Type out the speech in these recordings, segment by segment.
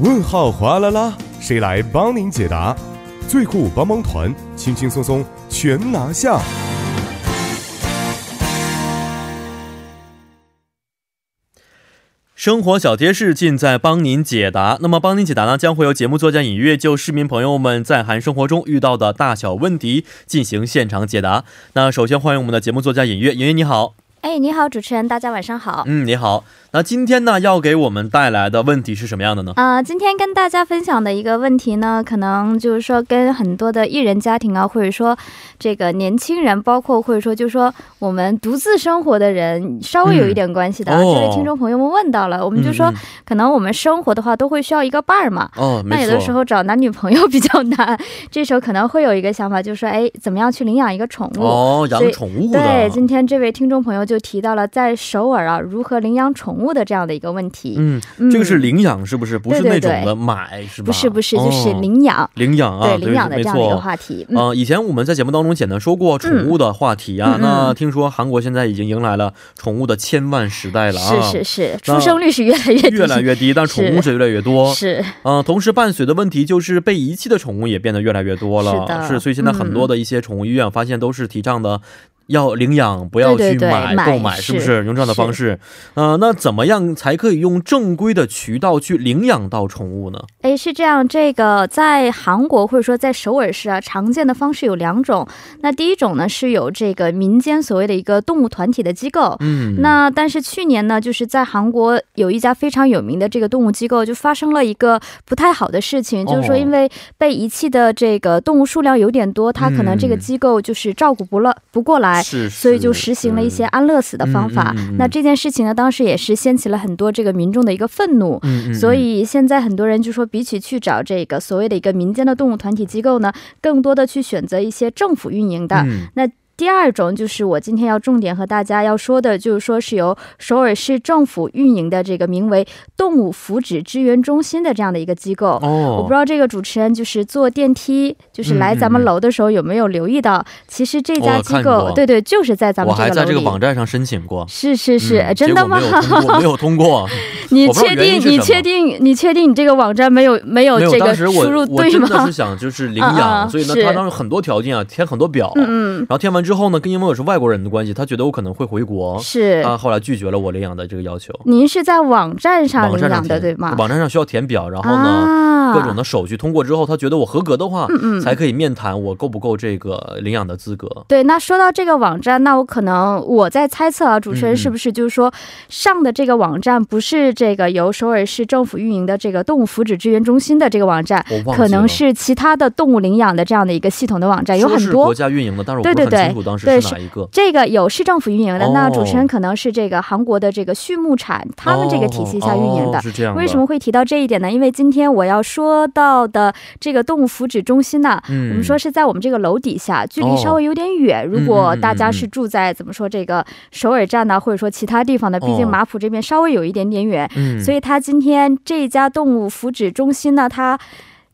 问号哗啦啦，谁来帮您解答？最酷帮帮团，轻轻松松全拿下。生活小贴士尽在帮您解答。那么，帮您解答呢，将会由节目作家尹月就市民朋友们在韩生活中遇到的大小问题进行现场解答。那首先欢迎我们的节目作家尹月，尹月你好，哎，你好，主持人，大家晚上好。嗯，你好。那今天呢，要给我们带来的问题是什么样的呢？呃，今天跟大家分享的一个问题呢，可能就是说跟很多的艺人家庭啊，或者说这个年轻人，包括或者说就是说我们独自生活的人，稍微有一点关系的啊。嗯就哦是听众朋友们问到了，我们就说、嗯可能我们生活的话都会需要一个伴儿嘛。哦，没那错。有的时候找男女朋友比较难，这时候可能会有一个想法，就是说，哎，怎么样去领养一个宠物？哦，所养以宠物的，对，今天这位听众朋友就提到了在首尔啊，如何领养宠物的这样的一个问题。嗯，嗯这个是领养，是不是？不是对那对种对的买，是吧？不是不是，就是哦领养，领养啊，对领养的没这错样的一个话题。嗯，呃，以前我们在节目当中简单说过宠物的话题啊，嗯嗯嗯那听说韩国现在已经迎来了宠物的千万时代了啊，是是是，那出生率是越来越低，越来越低，但宠物是越来越多。 是嗯、同时伴随的问题就是被遗弃的宠物也变得越来越多了，是的所以现在很多的一些宠物医院发现都是提倡的。要领养，不要对去对对买买购买，是不是是用这样的方式？呃，那怎么样才可以用正规的渠道去领养到宠物呢？哎，是这样，这个在韩国或者说在首尔市啊，常见的方式有两种。那第一种呢，是有这个民间所谓的一个动物团体的机构。嗯，那但是去年呢，就是在韩国有一家非常有名的这个动物机构，就发生了一个不太好的事情，哦就是说因为被遗弃的这个动物数量有点多，它可能这个嗯机构就是照顾不了不过来，是，哎嗯所以就实行了一些安乐死的方法。嗯嗯嗯嗯那这件事情呢，当时也是掀起了很多这个民众的一个愤怒。嗯，嗯嗯，所以现在很多人就说，比起去找这个所谓的一个民间的动物团体机构呢，更多的去选择一些政府运营的。嗯第二种就是我今天要重点和大家要说的，就是说是由首尔市政府运营的这个名为“动物福祉支援中心”的这样的一个机构。哦，我不知道这个主持人就是坐电梯，就是来咱们楼的时候有没有留意到，其实这家机嗯我看构过，对对，就是在咱我们还这在个这个楼网里。站上申请过，是是是，嗯真的吗？结果没有通 过，你我不知道确原因定？是你什么确定？你确定你这个网站没有没有没有通过。没有，哦这个当时输入我我对真的吗是？想 就是领啊养，啊所以呢，是他当时很多条件啊，填很多表，嗯然后填完之后呢，跟因为我是外国人的关系，他觉得我可能会回国嗯，， 是。他后来拒绝了我领养的这个要求。您是在网站上网领站上养填的对吗？网站上需要填表，然后呢，啊，各种的手续通过之后，他觉得我合格的话，嗯嗯才可以面谈我够不够这个领养的资格。对，那说到这个网站，那我可能我在猜测啊，主持嗯嗯人是不是就是说上的这个网站不是这个由首尔市政府运营的这个动物福祉支援中心的这个网站，我忘记了，可能是其他的动物领养的这样的一个系统的网站，有说很是国多。家运营的，但是我对不是对很清对楚当时对是是哪一个。这个有市政府运营的，哦那主持人可能是这个韩国的这个畜牧产，他们这个体系下运营哦的。哦是这样的。为什么会提到这一点呢？因为今天我要说到的这个动物福祉中心呢、啊嗯哦我们说是在我们这个楼底下，距离稍微有点远。如果大家是住在怎么说这个首尔站呢、啊或者说其他地方的，哦毕竟马浦这边稍微有一点点远，嗯，所以它今天这家动物福祉中心呢，它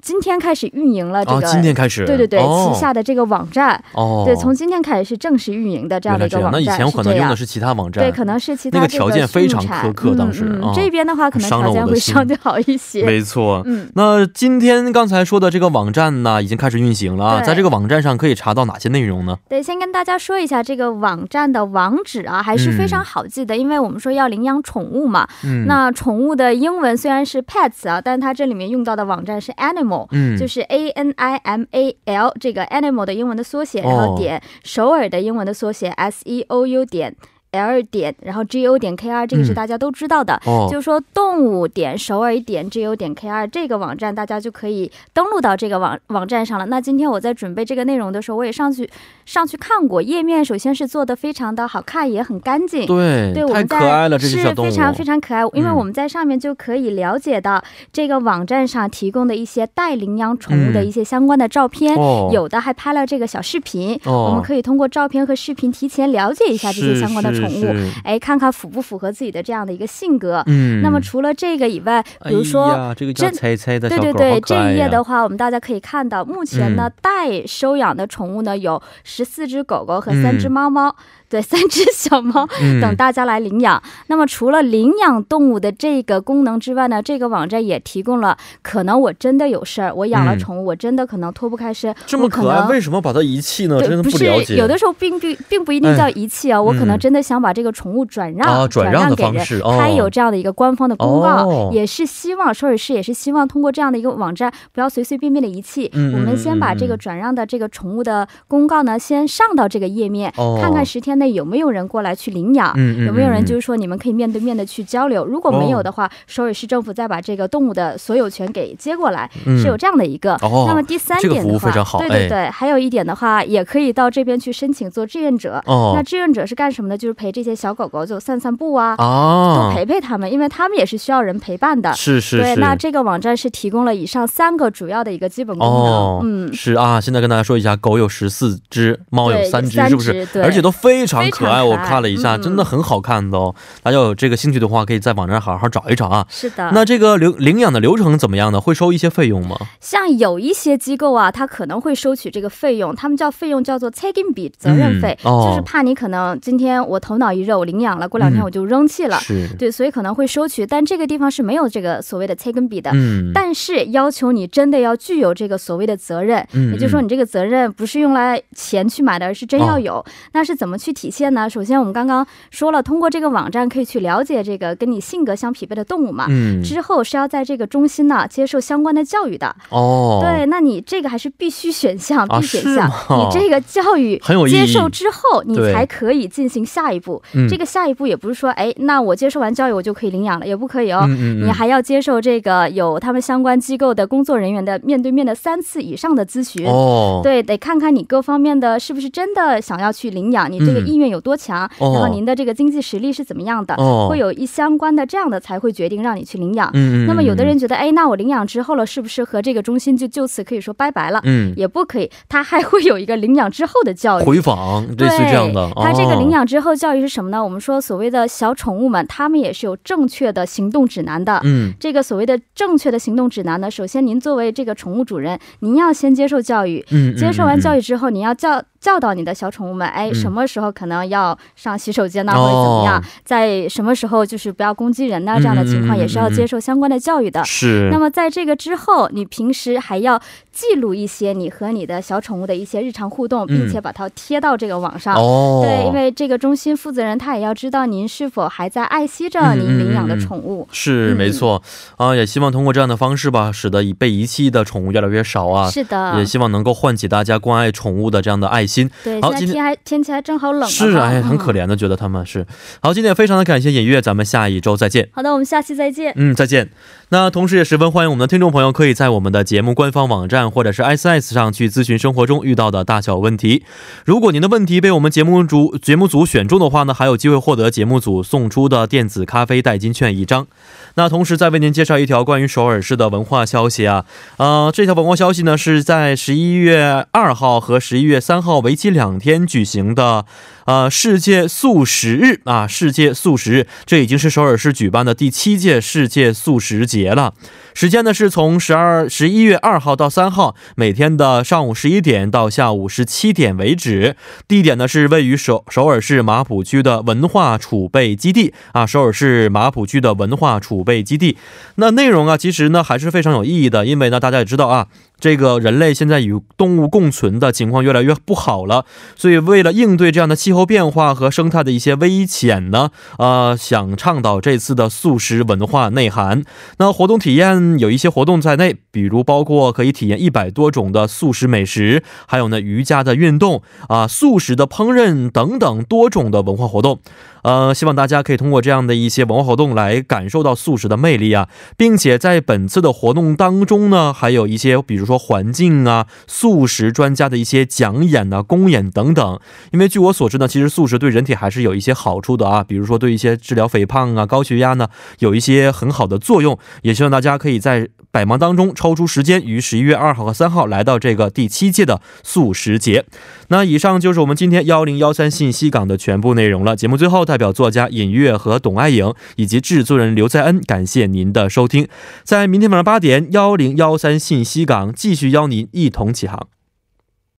今天开始运营了这啊，个。今天开始，对对对、哦、旗下的这个网站，哦，对，从今天开始是正式运营的这样原的来这一个样，网那站，以前我可能是这用样的是其他网站，对，可能是其他那个这条件非常畜产苛刻嗯当时嗯啊这边的话可能伤了条我的件会心相对好一些。没错。嗯，那今天刚才说的这个网站呢，已经开始运行了啊，对在这个网站上可以查到哪些内容呢？对，先跟大家说一下这个网站的网址啊，还是非常好记的，因为我们说要领养宠物嘛。嗯，那宠物的英文虽然是 pets 啊，但它这里面用到的网站是 animal。嗯，就是 A N I M A L 这个 animal 的英文的缩写，哦然后点首尔的英文的缩写 S E O U 点 L 点，然后 G O 点 K R，这个嗯是大家都知道的。哦，就是说动物点首尔点 g u 点 k r 这个网站，大家就可以登录到这个网网站上了。那今天我在准备这个内容的时候，我也上去上去看过，页面首先是做的非常的好看，也很干净。对，对，我太们在可爱了，这些是小动物，非常非常可爱，因为嗯我们在上面就可以了解到这个网站上提供的一些带领养宠物的嗯一些相关的照片，哦，有的还拍了这个小视频，哦我们可以通过照片和视频提前了解一下这些是相关的是宠物，是是哎，看看符不符合自己的这样的一个性格。嗯，那么除了这个以外，比如说。哎呀、这个叫这猜猜的对小狗对对，好可爱这一呀页的话，我们大家可以看到，目前呢，嗯待收养的宠物呢有十四只狗狗和嗯三只猫猫，对，三只小猫嗯等大家来领养。那么除了领养动物的这个功能之外呢，这个网站也提供了，可能我真的有事儿，我养了嗯宠物，我真的可能脱不开身，这么可我爱，能为什么把它遗弃呢？对，真的不了解。哎是有的时候并不并不一定叫遗弃啊，我可能嗯真的想把这个宠物转让、啊转转让的给方人式，哦它有这样的一个官方的公告，哦也是希望首尔市也是希望通过这样的一个网站，不要随随便便的遗弃。嗯嗯我们先把嗯这个嗯转让的这个宠物的公告呢，先上到这个页面，哦看看十天内有没有人过来去领养。嗯嗯有没有人嗯哦就是说你们可以面对面的去交流？如果没有的话，首尔市政府再把这个动物的所有权给接过来，嗯是有这样的一个。哦那么第三这个点的话，服务非常好对对哎对，还有一点的话，也可以到这边去申请做志愿者。哦那志愿者是干什么的？就是陪这些小狗狗就散散步啊，多啊，陪陪它们，因为它们也是需要人陪伴的。是是是，对，那这个网站是提供了以上三个主要的一个基本功能。哦，嗯，是啊，现在跟大家说一下，狗有十四只，猫有对三只，三是不是只？对而且都非常可爱，非常可爱我看了一下、嗯真的很好看的哦。大家有这个兴趣的话，可以在网站好好找一找啊。是的。那这个领领养的流程怎么样呢？会收一些费用吗？像有一些机构啊，它可能会收取这个费用，他们叫费用叫做 taking 比责任费、嗯哦就是怕你可能今天我头脑一热我领养了，过两天嗯我就扔弃了、是，对，所以可能会收取，但这个地方是没有这个所谓的 taken b 的。嗯，但是要求你真的要具有这个所谓的责任，嗯也就是说你这个责任不是用来钱去买的，而是真要哦有。那是怎么去体现呢？首先我们刚刚说了，通过这个网站可以去了解这个跟你性格相匹配的动物嘛。嗯，之后是要在这个中心呢接受相关的教育的，哦，对，，啊那你这个还是必须选项啊必选项，是吗你这个教育很有意义接受之后，你对才可以进行下一步。嗯这个下一步也不是说，哎，那我接受完教育我就可以领养了，也不可以哦。嗯嗯嗯，你还要接受这个有他们相关机构的工作人员的面对面的三次以上的咨询，哦，对，得看看你各方面的是不是真的想要去领养，你这个嗯意愿有多强，哦然后您的这个经济实力是怎么样的，哦啊会有一相关的这样的才会决定让你去领养。嗯，嗯嗯，那么有的人觉得，哎，那我领养之后了，是不是和这个中心就就此可以说拜拜了？嗯也不可以，他还会有一个领养之后的教育。回访类对，似这样的，他这个哦领养之后教育是什么呢？我们说所谓的小宠物们，他们也是有正确的行动指南的。嗯这个所谓的正确的行动指南呢，首先您作为这个宠物主人，您要先接受教育，嗯，接受完教育育之后，你要教教导你的小宠物们，哎，嗯什么时候可能要上洗手间呐，或者怎么样，哦在什么时候就是不要攻击人呐、嗯这样的情况嗯嗯也是要接受相关的教育的。是，那么在这个之后，你平时还要记录一些你和你的小宠物的一些日常互动，并且把它贴到这个网上。嗯哦，啊对，因为这个中心负责人他也要知道您是否还在爱惜嗯着您领养的宠物。是嗯没错啊，也希望通过这样的方式吧，使得已被遗弃的宠物越来越少啊。是的也，希望能够唤起大家关爱宠物的这样的爱心。对，好现在今天天还天气还正好冷了是，哈哎，很可嗯怜的，觉得他们是。好，今天也非常的感谢尹月，咱们下一周再见。好的，我们下期再见。嗯，再见。那同时也十分欢迎我们的听众朋友，可以在我们的节目官方网站或者是 S S 上去咨询生活中遇到的大小问题。如果您的问题被我们节目组节目组选中的话呢，还有机会获得节目组送出的电子咖啡代金券一张。那同时再为您介绍一条关于首尔市的文化消息啊，呃，这条文化消息呢是在十一月二号和十一月三号为期两天举行的呃世界素食日啊，世界素食日，这已经是首尔市举办的第七届世界素食节了。时间呢是从十二十一月二号到三号，每天的上午十一点到下午十七点为止。地点呢是位于首首尔市马浦区的文化储备基地啊，首尔市马浦区的文化储备基地。那内容啊，其实呢还是非常有意义的，因为呢大家也知道啊，这个人类现在与动物共存的情况越来越不好了，所以为了应对这样的气候变化和生态的一些危险呢，呃，想倡导这次的素食文化内涵。那活动体验有一些活动在内，比如包括可以体验一百多种的素食美食，还有呢瑜伽的运动啊、素食的烹饪等等多种的文化活动。呃，希望大家可以通过这样的一些文化活动来感受到素食的魅力啊，并且在本次的活动当中呢，还有一些比如说环境啊、素食专家的一些讲演呐、公演等等。因为据我所知呢，其实素食对人体还是有一些好处的啊，比如说对一些治疗肥胖啊、高血压呢，有一些很好的作用。也希望大家可以在百忙当中抽出时间，于十一月二号和三号来到这个第七届的素食节。那以上就是我们今天幺零幺三信息港的全部内容了。节目最后带。代表作家尹月和董爱颖，以及制作人刘在恩，感谢您的收听。在明天晚上八点幺零幺三信息港继续邀您一同起航。